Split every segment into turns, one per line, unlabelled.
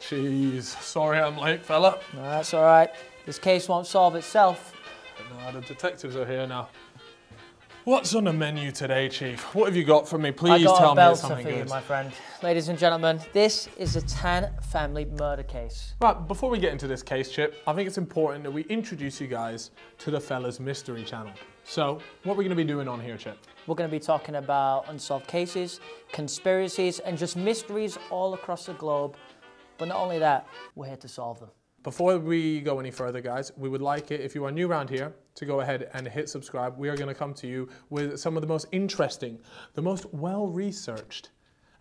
Jeez, sorry I'm late, fella.
No, that's all right. This case won't solve itself.
No, the detectives are here now. What's on the menu today, Chief? What have you got for me? Please
I got
tell
a
me it's
belter
something
for you,
good.
my friend. Ladies and gentlemen, this is a Tan family murder case.
Right, before we get into this case, Chip, I think it's important that we introduce you guys to the Fellas Mystery Channel. So, what are we going to be doing on here, Chip?
We're going to be talking about unsolved cases, conspiracies, and just mysteries all across the globe. But not only that, we're here to solve them.
Before we go any further, guys, we would like it if you are new around here to go ahead and hit subscribe. We are going to come to you with some of the most interesting, the most well researched,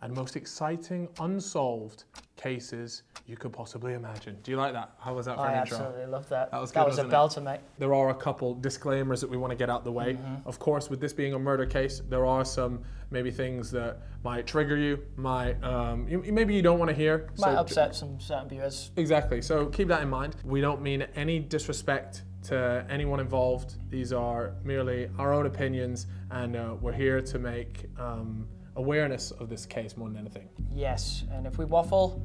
and most exciting unsolved cases you could possibly imagine. Do you like that? How was that for
I
an intro?
Oh, absolutely love that.
That was
that
good,
was a belter,
wasn't
mate.
There are a couple disclaimers that we want to get out the way.
Mm-hmm.
Of course, with this being a murder case, there are some maybe things that might trigger you, might um, you, maybe you don't want to hear.
Might
so-
upset some certain viewers.
Exactly. So keep that in mind. We don't mean any disrespect to anyone involved. These are merely our own opinions, and uh, we're here to make um, awareness of this case more than anything.
Yes, and if we waffle,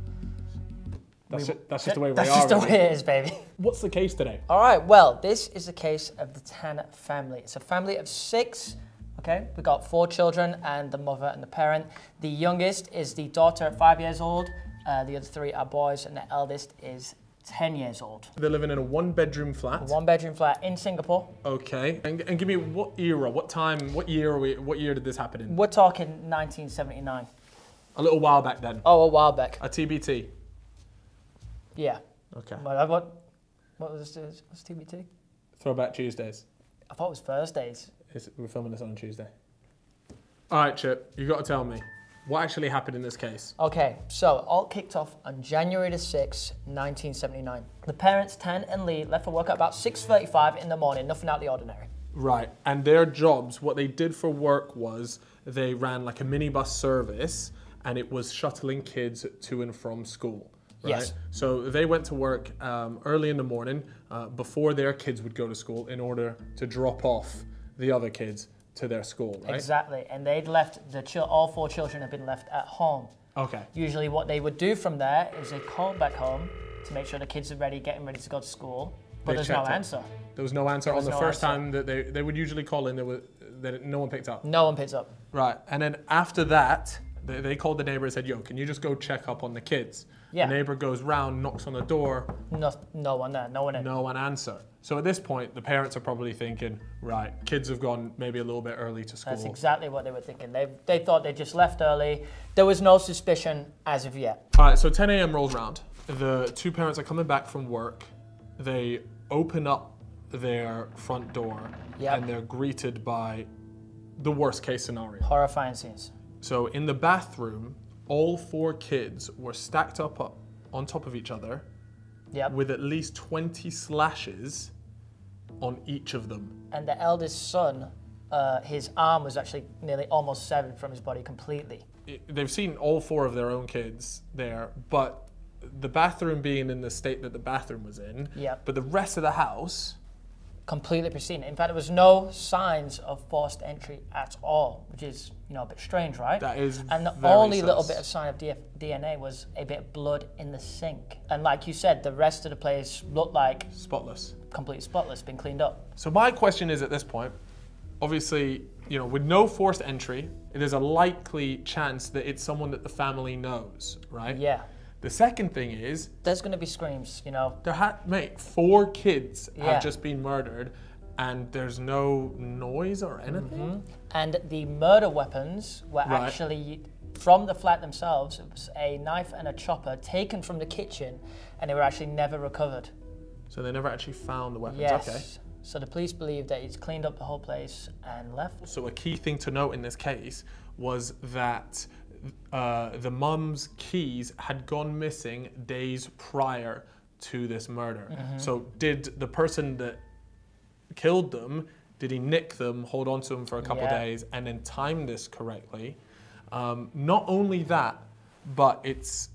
That's,
We-
ju- that's just the way we
that's
are.
just the
really.
way it is, baby.
What's the case today?
All right, well, this is the case of the Tan family. It's a family of six. Okay, we got four children and the mother and the parent. The youngest is the daughter at five years old. Uh, the other three are boys, and the eldest is 10 years old.
They're living in a one-bedroom flat.
One bedroom flat in Singapore.
Okay. And, and give me what era, what time, what year are we? What year did this happen in?
We're talking 1979.
A little while back then.
Oh, a while back.
A TBT.
Yeah.
Okay.
Well, I- What, what was this? What's TBT?
Throwback Tuesdays.
I thought it was Thursdays.
It's- we're filming this on Tuesday. All right, Chip. You got to tell me what actually happened in this case.
Okay, so it all kicked off on January the 6th, 1979. The parents, Tan and Lee, left for work at about 6.35 in the morning, nothing out of the ordinary.
Right. And their jobs, what they did for work was they ran like a minibus service and it was shuttling kids to and from school. Right?
Yes.
So they went to work um, early in the morning uh, before their kids would go to school in order to drop off the other kids to their school, right?
Exactly, and they'd left, the chil- all four children had been left at home.
Okay.
Usually what they would do from there is they'd call back home to make sure the kids are ready, getting ready to go to school, but
They
there's no
checked it.
answer.
There was no answer on
was
the
no
first
answer.
time that they, they would usually call in, there was, that no one picked up.
No one picks up.
Right. And then after that, they, they called the neighbor and said, Yo, can you just go check up on the kids?
Yeah.
The neighbor goes round, knocks on the door,
No, no one there, no one in.
no one answer. So at this point, the parents are probably thinking, right, kids have gone maybe a little bit early to school.
That's exactly what they were thinking. They, they thought they just left early. There was no suspicion as of yet.
All right, so 10 a.m. rolls around. The two parents are coming back from work. They open up their front door
Yep.
and they're greeted by the worst case scenario.
Horrifying scenes.
So in the bathroom, all four kids were stacked up, up on top of each other
Yep.
with at least 20 slashes on each of them.
and the eldest son, uh, his arm was actually nearly almost severed from his body completely.
It- They've seen all four of their own kids there, but the bathroom being in the state that the bathroom was in,
Yep.
but the rest of the house,
Completely pristine. In fact, there was no signs of forced entry at all, which is you know a bit strange, right?
that is
and the
very
only little
sus.
bit of sign of DF- DNA was a bit of blood in the sink. And like you said, the rest of the place looked like
spotless.
completely spotless, been cleaned up.
So my question is at this point, obviously, you know, with no forced entry, it is a likely chance that it's someone that the family knows, right?
Yeah.
The second thing is
There's gonna be screams, you know.
There had, mate, four kids
Yeah.
have just been murdered, and there's no noise or anything.
And the murder weapons were
Right.
actually from the flat themselves. It was a knife and a chopper taken from the kitchen, and they were actually never recovered.
So they never actually found the weapons.
Yes.
Okay.
So the police believe that he's cleaned up the whole place and left.
So a key thing to note in this case was that uh, the mum's keys had gone missing days prior to this murder. So did the person that killed them? Did he nick them, hold on to them for a couple
Yeah.
days, and then time this correctly? Um, not only that, but it's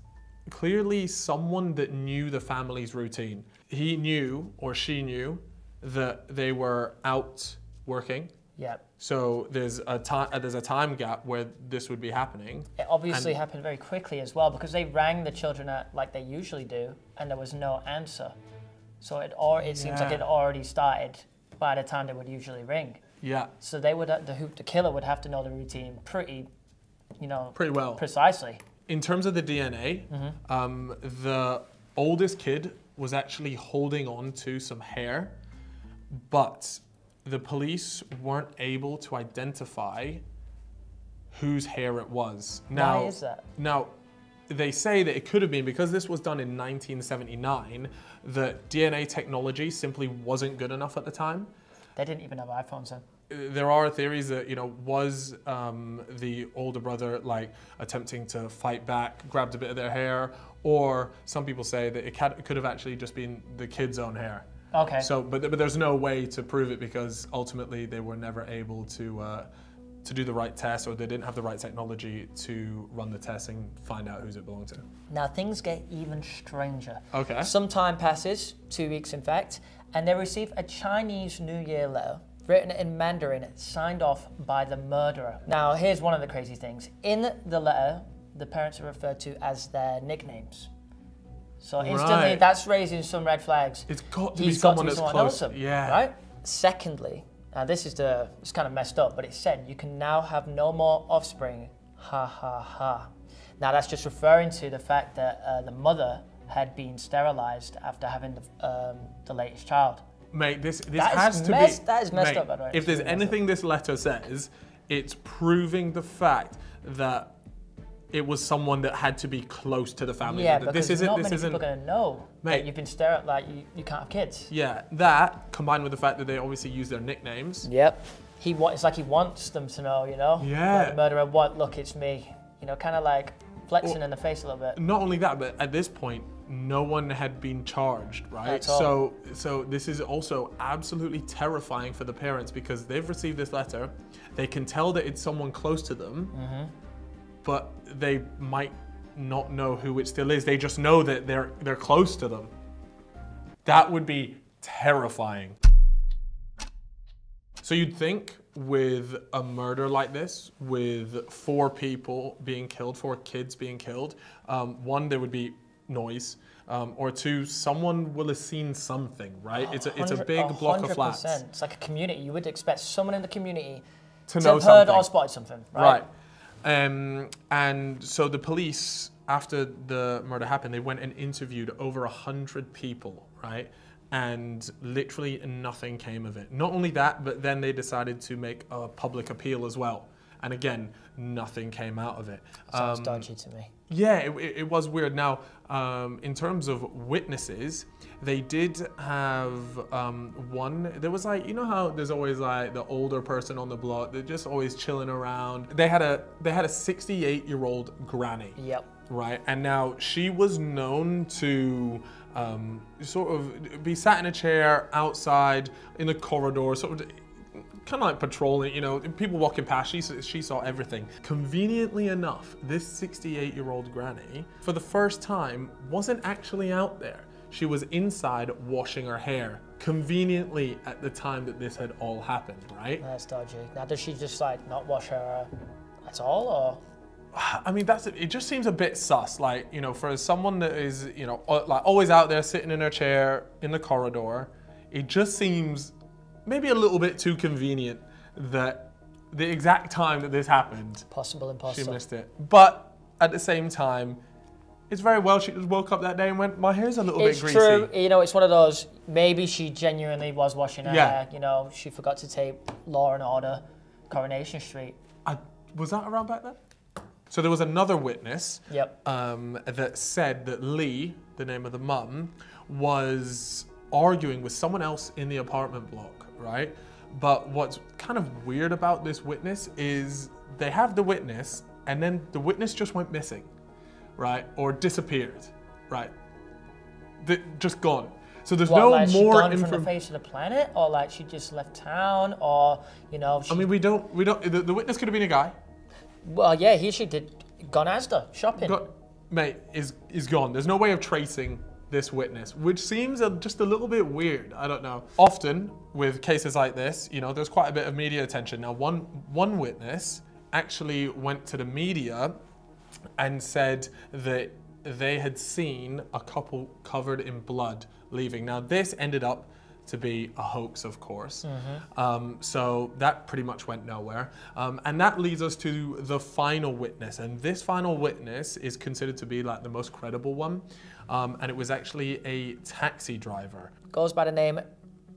clearly someone that knew the family's routine. He knew or she knew that they were out working
Yeah.
So there's a time there's a time gap where this would be happening.
It obviously
And-
happened very quickly as well because they rang the children at, like they usually do, and there was no answer. So it or it seems like
Yeah.
it already started by the time they would usually ring.
Yeah,
So they would uh, the who- the killer would have to know the routine pretty, you know,
pretty well.
precisely.
In terms of the DNA,
Mm-hmm.
um, the oldest kid was actually holding on to some hair, but the police weren't able to identify whose hair it was. Now,
Why is that?
Now, they say that it could have been because this was done in 1979, that DNA technology simply wasn't good enough at the time.
They didn't even have iPhones then.
there are theories that you know was um, the older brother like attempting to fight back, grabbed a bit of their hair, or some people say that it ca- could have actually just been the kid's own hair.
Okay.
So, but but there's no way to prove it because ultimately they were never able to uh, to do the right test, or they didn't have the right technology to run the test and find out whose it belonged to.
Now things get even stranger.
Okay.
Some time passes, two weeks in fact, and they receive a Chinese New Year letter written in Mandarin, signed off by the murderer. Now, here's one of the crazy things. In the letter, the parents are referred to as their nicknames. So instantly,
Right.
that's raising some red flags.
It's got to be
He's got to
someone
be
that's
someone
close.
awesome,
Yeah.
Right? Secondly, now this is the, it's kind of messed up, but it said, you can now have no more offspring. Ha ha ha. Now that's just referring to the fact that uh, the mother had been sterilized after having the, um, the latest child.
Mate, this this
That is
has to
mess-
be.
that is messed
mate,
up, by the way.
If there's
It's really messed
anything this letter says, it's proving the fact that it was someone that had to be close to the family.
Yeah,
That
because
this isn't.
not
this
many
isn't.
people are going to know
Mate.
that you've been sterilized, like you, you can't have kids.
Yeah, that combined with the fact that they obviously use their nicknames.
Yep. He wa- It's like he wants them to know, you know?
Yeah.
Like the murderer, what, look, it's me. You know, kind of like flexing in the face a little bit.
Not only that, but at this point, no one had been charged, right?
At all.
So, so this is also absolutely terrifying for the parents because they've received this letter, they can tell that it's someone close to them,
Mm-hmm.
but they might not know who it still is. They just know that they're they're close to them. That would be terrifying. So you'd think with a murder like this, with four people being killed, four kids being killed, um, one there would be noise, um, or two someone will have seen something, right? It's a it's a
Hundred-
big block of flats
100%. It's like a community. You would expect someone in the community
to
to
know
have heard
something.
or spotted something, right?
Right. Um, and so the police, after the murder happened, they went and interviewed over a hundred people, right? And literally nothing came of it. Not only that, but then they decided to make a public appeal as well. And again, nothing came out of it. Um,
Sounds dodgy to me.
Yeah, it, it- it was weird. Now, um, in terms of witnesses, they did have um, one. There was like, you know how there's always like the older person on the block. They're just always chilling around. They had a they had a 68 year old granny
Yep.
right? And now she was known to um, sort of be sat in a chair outside in the corridor, sort of kind of like patrolling, you know, people walking past. She, s- she saw everything. Conveniently enough, this 68 year old granny, for the first time, wasn't actually out there. She was inside washing her hair, conveniently at the time that this had all happened, right?
That's dodgy. Now, does she just like not wash her uh, at all, or
I mean, that's it. Just seems a bit sus. Like you know, for someone that is you know uh, like always out there sitting in her chair in the corridor, it just seems maybe a little bit too convenient that the exact time that this happened,
possible
she
impossible?
missed it. But at the same time, it's very well she just woke up that day and went, my hair's a little
It's
bit greasy.
true. You know, it's one of those. Maybe she genuinely was washing her
Yeah.
hair. You know, she forgot to tape Law and Order, Coronation Street.
I, was that around back then? So there was another witness.
Yep.
um, that said that Lee, the name of the mum, was arguing with someone else in the apartment block, right? But what's kind of weird about this witness is they have the witness, and then the witness just went missing, right? Or disappeared, right? Th- just gone. So there's
What,
no
like she
more
gone from the
information.
face of the planet, or like she just left town, or you know, she,
I mean, we don't, we don't. The, the witness could have been a guy.
well, yeah, he she did gone Asda shopping.
Got, mate is is gone. There's no way of tracing this witness, which seems a, just a little bit weird. I don't know. Often with cases like this, you know, there's quite a bit of media attention. Now, one one witness actually went to the media and said that they had seen a couple covered in blood leaving. Now, this ended up to be a hoax, of course.
Mm-hmm.
Um, so that pretty much went nowhere. Um, and that leads us to the final witness. And this final witness is considered to be like the most credible one. Um, and it was actually a taxi driver.
goes by the name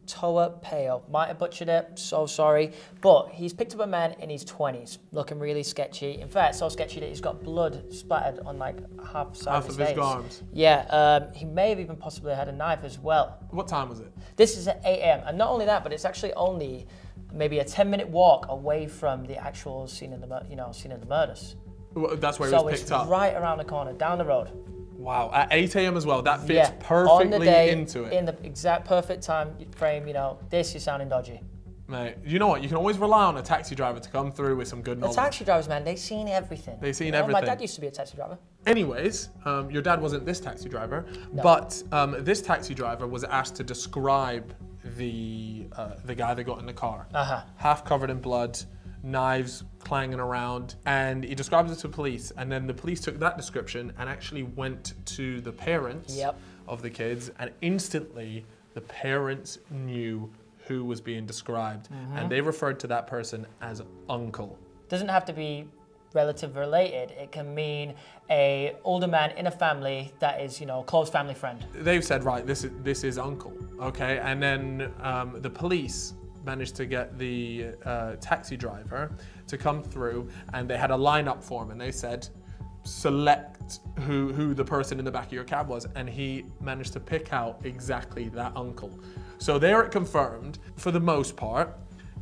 Toa Peo. Might have butchered it, so sorry. But he's picked up a man in his 20s, looking really sketchy. In fact, so sketchy that he's got blood splattered on like half side
Half
of his
of his
face.
arms.
Yeah, um, he may have even possibly had a knife as well.
What time was it?
This is at 8 a.m. And not only that, but it's actually only maybe a 10 minute walk away from the actual scene of the mur- you know scene of the murders.
Well, that's where it
so
was
it's
picked up.
right around the corner, down the road.
Wow, at 8 a.m. as well. That fits
yeah,
perfectly
on the day,
into it.
in the exact perfect time frame. You know, this is sounding dodgy.
Mate, you know what? You can always rely on a taxi driver to come through with some good
The
knowledge.
taxi drivers, man, they've seen everything.
Oh. They've seen
You know,
everything.
My dad used to be a taxi driver.
Anyways, um, your dad wasn't this taxi driver, but um, this taxi driver was asked to describe the uh, the guy that got in the car,
Uh-huh.
half covered in blood, knives clanging around, and he described it to police. And then the police took that description and actually went to the parents
Yep.
of the kids, and instantly the parents knew who was being described,
Mm-hmm.
and they referred to that person as uncle.
Doesn't have to be relative related. It can mean a older man in a family that is, you know, a close family friend.
they've said right this is this is uncle okay and then um, the police managed to get the uh, taxi driver to come through and they had a lineup for him and they said select who who the person in the back of your cab was and he managed to pick out exactly that uncle so there it confirmed for the most part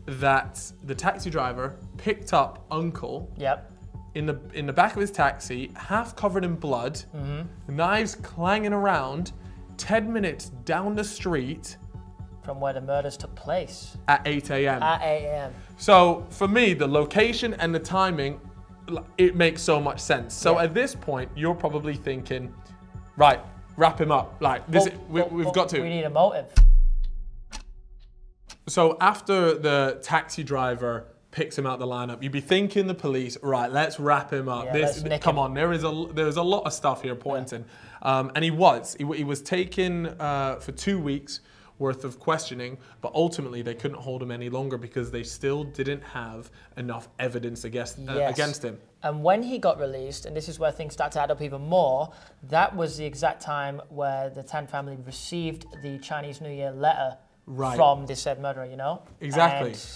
that the taxi driver picked up uncle
Yep.
in the in the back of his taxi, half covered in blood,
Mm-hmm.
knives clanging around, 10 minutes down the street
From where the murders took place
at 8 a.m.
at 8 a.m.
so for me, the location and the timing, l- it makes so much sense. So
Yeah.
at this point, you're probably thinking, right, wrap him up. Like this,
But-
we,
but-
we've
but
got to.
Oh, We need a motive.
So after the taxi driver picks him out the lineup, you'd be thinking the police, right? Let's wrap him up.
Yeah,
this,
let's nick
come
him.
on, there is a there's a lot of stuff here pointing, um, and he was he, w- he was taken uh, for two weeks worth of questioning, but ultimately they couldn't hold him any longer because they still didn't have enough evidence against uh,
Yes.
against him.
And when he got released, and this is where things start to add up even more, that was the exact time where the Tan family received the Chinese New Year letter
Right.
from this said murderer, you know?
Exactly.
And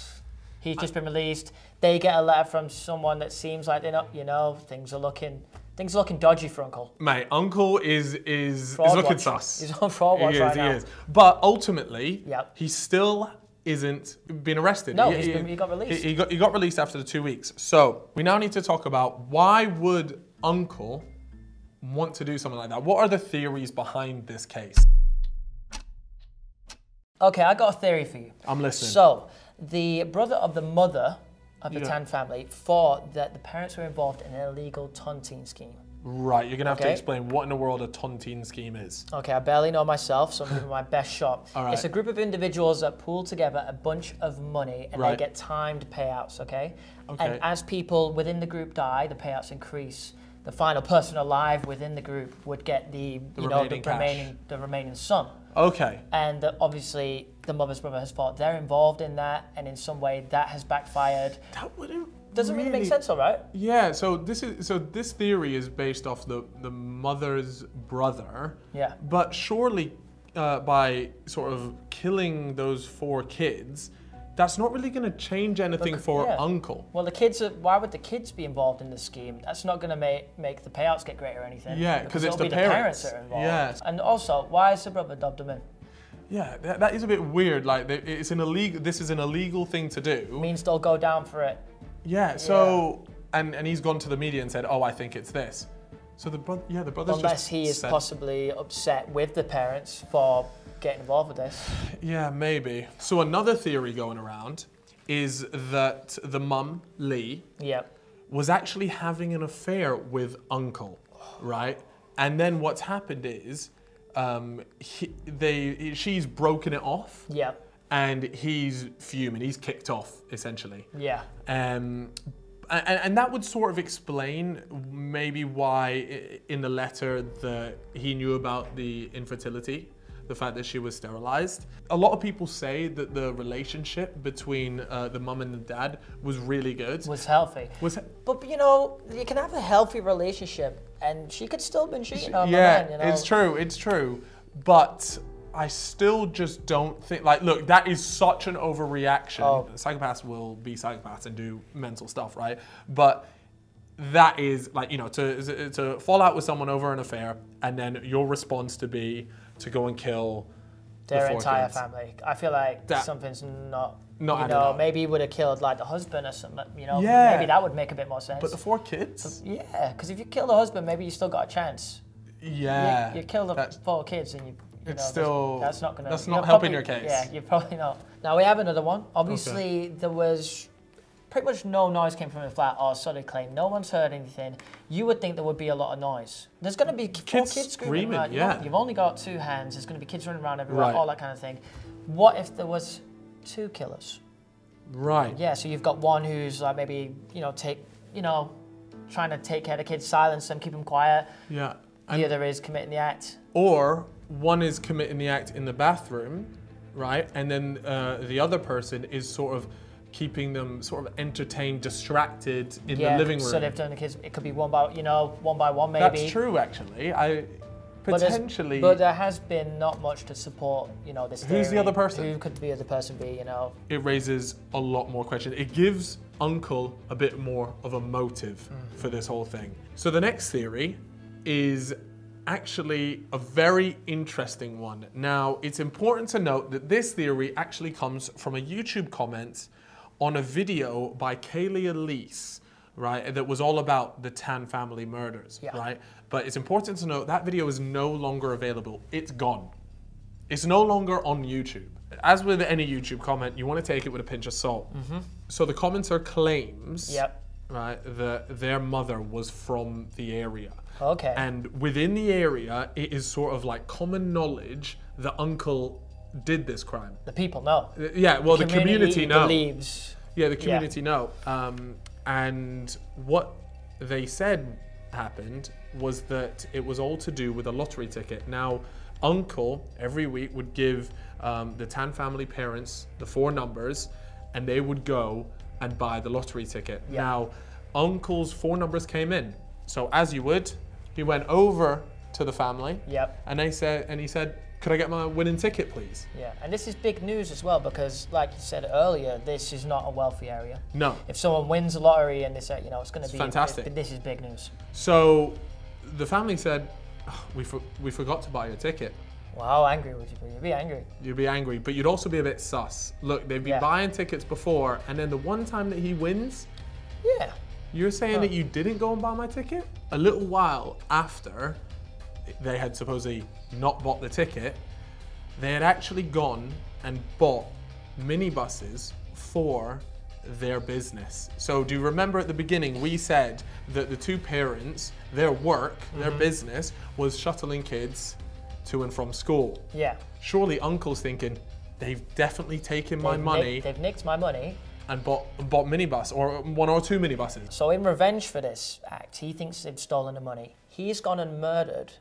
he's just been released. They get a letter from someone that seems like they're not, you know, things are looking things are looking dodgy for Uncle.
Mate, Uncle is is, is
Fraud
looking
watch.
sus.
He's on fraud
He
watch
is,
right
he
now.
is. But ultimately,
Yep.
he still isn't been arrested.
No, he's been- he got released.
He, he got, he got released after the two weeks. So we now need to talk about why would Uncle want to do something like that? What are the theories behind this case?
Okay, I got a theory for you.
I'm listening.
So, the brother of the mother of the
Yeah.
Tan family thought that the parents were involved in an illegal tontine scheme.
right, you're gonna have to
Okay.
explain what in the world a tontine scheme is.
Okay, I barely know myself, so I'm giving my best shot.
All right.
It's a group of individuals that pool together a bunch of money and
Right.
they get timed payouts, okay?
Okay.
And as people within the group die, the payouts increase. The final person alive within the group would get the, you know
remaining
the
cash.
remaining the remaining sum.
Okay.
And that obviously the mother's brother has thought they're involved in that and in some way that has backfired.
That wouldn't
Doesn't really, make sense, all right?
Yeah, so this is so this theory is based off the the mother's brother.
Yeah.
But surely, uh, by sort of killing those four kids, that's not really going to change anything for
yeah.
Uncle.
Well, the kids. Are, why would the kids be involved in the scheme? That's not going to make make the payouts get greater or anything.
Yeah, 'cause it's
it'll
the
be
parents.
the parents that are involved.
Yes.
And also, why is the brother dubbed him in?
Yeah, that, that is a bit weird. Like, they- it's an illegal. This is an illegal thing to do.
Means they'll go down for it.
Yeah. So, and and he's gone to the media and said, "Oh, I think it's this." So the brother, yeah, the brother's
unless
just
he is
said-
possibly upset with the parents for getting involved with this.
Yeah, maybe. So another theory going around is that the mum Lee
Yeah.
was actually having an affair with uncle, right? And then what's happened is um, he, they she's broken it off
Yeah.
and he's fuming. He's kicked off essentially.
Yeah.
Um, and, and that would sort of explain maybe why i- in the letter that he knew about the infertility, the fact that she was sterilized. A lot of people say that the relationship between uh, the mum and the dad was really good.
Was healthy.
Was
But you know, you can have a healthy relationship, and she could still have been cheating on
yeah,
my man. You know,
it's true, it's true, but. I still just don't think like look that is such an overreaction.
Oh.
Psychopaths will be psychopaths and do mental stuff, right? But that is like you know to to fall out with someone over an affair and then your response to be to go and kill
their
four
entire
kids.
family. I feel like
That-
something's not.
Not
you
adding
know,
up.
maybe he would have killed like the husband or something. You know,
Yeah.
maybe that would make a bit more sense.
but the four kids.
yeah, because if you kill the husband, maybe you still got a chance.
Yeah.
you, you kill the
That's-
four kids, and you. you
It's
know,
still-
that's, that's not gonna.
that's
you're
not helping
probably-
your case.
Yeah, you're probably not. Now we have another one. Obviously, there was pretty much no noise came from the flat, or so they claim. No one's heard anything. You would think there would be a lot of noise. There's going to be kids,
Kids
kids
screaming,
around. You've
yeah.
on- You've only got two hands. There's going to be kids running around everywhere,
Right.
all that kind of thing. What if there was two killers?
right.
Yeah, so you've got one who's like maybe you know take you know trying to take care of the kids, silence them, keep them quiet.
Yeah.
the other is committing the act.
Or one is committing the act in the bathroom, right? And then uh, the other person is sort of keeping them sort of entertained, distracted in the living room.
So they've done the kids. It could be one by you know one by one maybe.
That's true, actually. I
But there's-
potentially.
But there has been not much to support you know this.
Who's the
theory.
other person?
Who could the other person be? You know.
it raises a lot more questions. It gives Uncle a bit more of a motive for this whole thing. So the next theory is actually a very interesting one. Now, it's important to note that this theory actually comes from a YouTube comment on a video by Kaylee Elise, right, that was all about the Tan family murders,
Yeah.
right? But it's important to note that video is no longer available. It's gone. It's no longer on YouTube. As with any YouTube comment, you want to take it with a pinch of salt. So the commenter claims,
Mm-hmm. Yep.
right, that their mother was from the area.
Okay.
And within the area, it is sort of like common knowledge that uncle did this crime.
the people know.
Yeah, well, the community, know.
believes.
Yeah, the community know. Um, and what they said happened was that it was all to do with a lottery ticket. Now, Uncle every week would give um, the Tan family parents the four numbers, and they would go and buy the lottery ticket. Now, Uncle's four numbers came in. So as you would, he went over to the family.
Yep.
And they said, and he said, "Could I get my winning ticket, please?"
Yeah, and this is big news as well because, like you said earlier, this is not a wealthy area.
No.
If someone wins a lottery and they say, you know, it's going to be
fantastic.
This is big news.
So the family said, "Oh, we, for- we forgot to buy your ticket.
Well, how angry would you be? You'd be angry.
You'd be angry, but you'd also be a bit sus. Look, they've been
Yeah.
buying tickets before, and then the one time that he wins,
Yeah.
you're saying that you didn't go and buy my ticket? A little while after they had supposedly not bought the ticket, they had actually gone and bought minibuses for their business. So do you remember at the beginning we said that the two parents, their work, their
Mm-hmm.
business was shuttling kids to and from school.
Yeah.
Surely uncle's thinking they've definitely taken my
They've nicked-
money
they've nicked my money.
and bought bought minibus or one or two minibuses.
So, in revenge for this act, he thinks they've stolen the money. He's gone and murdered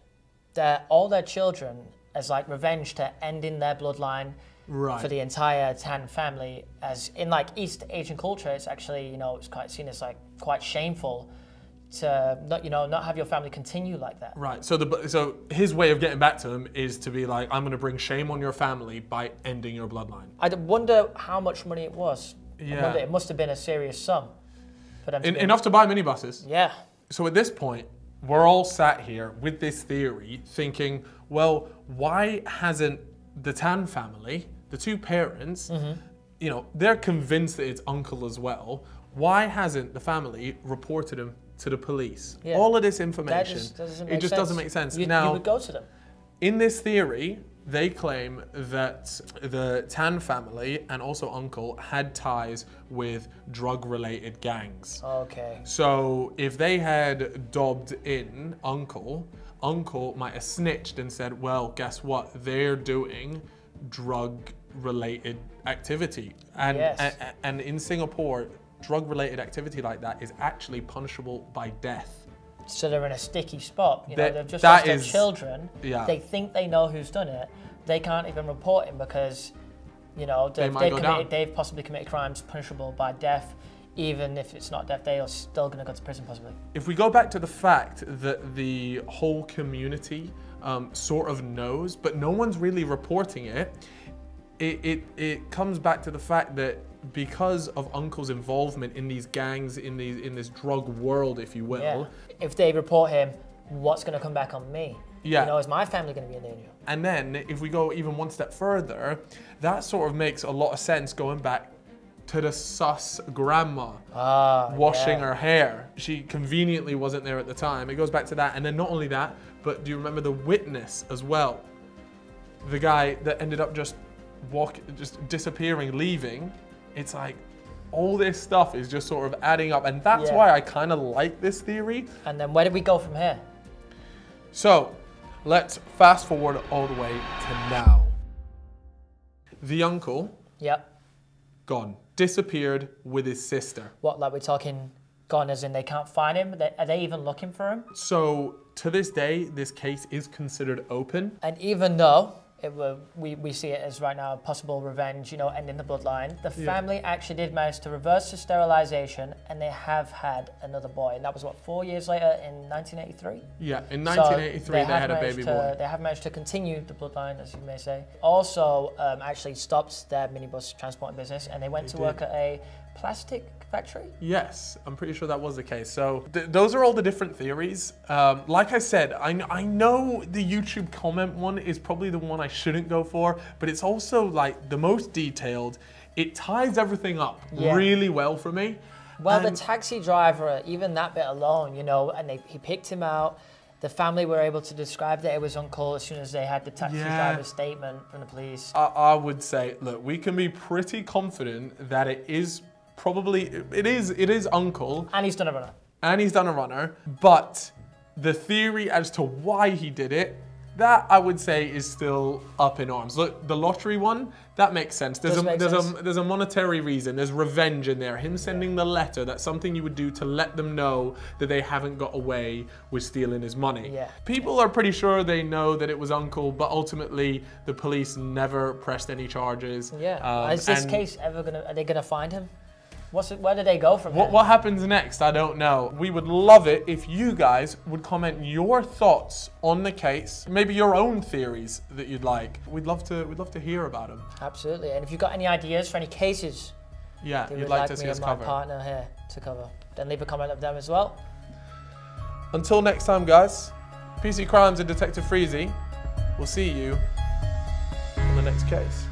their, all their children as like revenge to end in their bloodline
Right.
for the entire Tan family. As in like East Asian culture, it's actually you know it's quite seen as like quite shameful to not you know not have your family continue like that.
Right. So the so his way of getting back to him is to be like, I'm going to bring shame on your family by ending your bloodline.
I d- wonder how much money it was. I
Yeah.
wonder- it must have been a serious sum for them. To
In,
be-
enough to buy minibuses.
Yeah.
So at this point, we're all sat here with this theory, thinking, well, why hasn't the Tan family, the two parents,
Mm-hmm.
you know, they're convinced that it's uncle as well. Why hasn't the family reported him to the police?
Yeah.
All of this information,
That just doesn't make
it just
sense.
doesn't make sense.
You,
now,
you would go to them.
In this theory, they claim that the Tan family and also uncle had ties with drug related gangs.
Okay.
So if they had dobbed in uncle, uncle might have snitched and said, well, guess what? They're doing drug related activity. And,
Yes.
and, and in Singapore, drug related activity like that is actually punishable by death.
So they're in a sticky spot. You know,
That-
they've just
that
lost their
is-
children.
yeah.
They think they know who's done it. They can't even report him because, you know, they've,
might
they've,
go
committed,
down.
they've possibly committed crimes punishable by death. Even if it's not death, they are still going to go to prison possibly.
If we go back to the fact that the whole community um, sort of knows, but no one's really reporting it, it, it, it comes back to the fact that because of Uncle's involvement in these gangs, in these in this drug world, if you will,
Yeah. If they report him, what's going to come back on me?
Yeah.
You know, is my family going to be in danger?
And then if we go even one step further, that sort of makes a lot of sense going back to the sus grandma
Ah,
washing
yeah.
her hair. She conveniently wasn't there at the time. It goes back to that. And then not only that, but do you remember the witness as well? The guy that ended up just walk just disappearing, leaving. It's like all this stuff is just sort of adding up. And that's
Yeah.
why I kind of like this theory
And then where did we go from here?
so let's fast forward all the way to now. The uncle
Yep.
gone, disappeared with his sister.
What, like we're talking gone as in they can't find him? They, are they even looking for him?
So to this day, this case is considered open.
And even though it were, we, we see it as right now possible revenge, you know, ending the bloodline, the family actually did manage to reverse the sterilization and they have had another boy. And that was what, four years later in 1983?
Yeah, in
So
1983 they,
have
had a
managed
baby
to-
boy.
They have managed to continue the bloodline, as you may say. Also, um, actually stopped their minibus transporting business, and they went to work at a plastic factory.
Yes, I'm pretty sure that was the case. So th- those are all the different theories. Um, like I said, I, kn- I know the YouTube comment one is probably the one I shouldn't go for, but it's also like the most detailed. It ties everything up
Yeah.
really well for me.
Well,
And-
the taxi driver, even that bit alone, you know, and they, he picked him out. The family were able to describe that it was Uncle as soon as they had the taxi
Yeah.
driver's statement from the police.
I, I would say, look, we can be pretty confident that it is probably it is it is Uncle,
And he's done a runner.
and he's done a runner. But the theory as to why he did it, that I would say is still up in arms. Look, the lottery one, that makes sense. There's
Does
a
make
there's
sense.
a there's a monetary reason. There's revenge in there. Him sending the letter. That's something you would do to let them know that they haven't got away with stealing his money.
Yeah.
People are pretty sure they know that it was Uncle, but ultimately the police never pressed any charges.
Yeah.
Um,
Is this
and-
case ever gonna? Are they gonna find him? What's it, where do they go from
what,
here?
what happens next? I don't know. We would love it if you guys would comment your thoughts on the case, maybe your own theories that you'd like. We'd love to. We'd love to hear about them.
Absolutely. And if you've got any ideas for any cases
Yeah,
you
you'd
would
like,
like
to
me
see us
and my
cover.
partner here to cover, then leave a comment up there as well.
Until next time, guys. PC Crimes and Detective Freezy. We'll see you on the next case.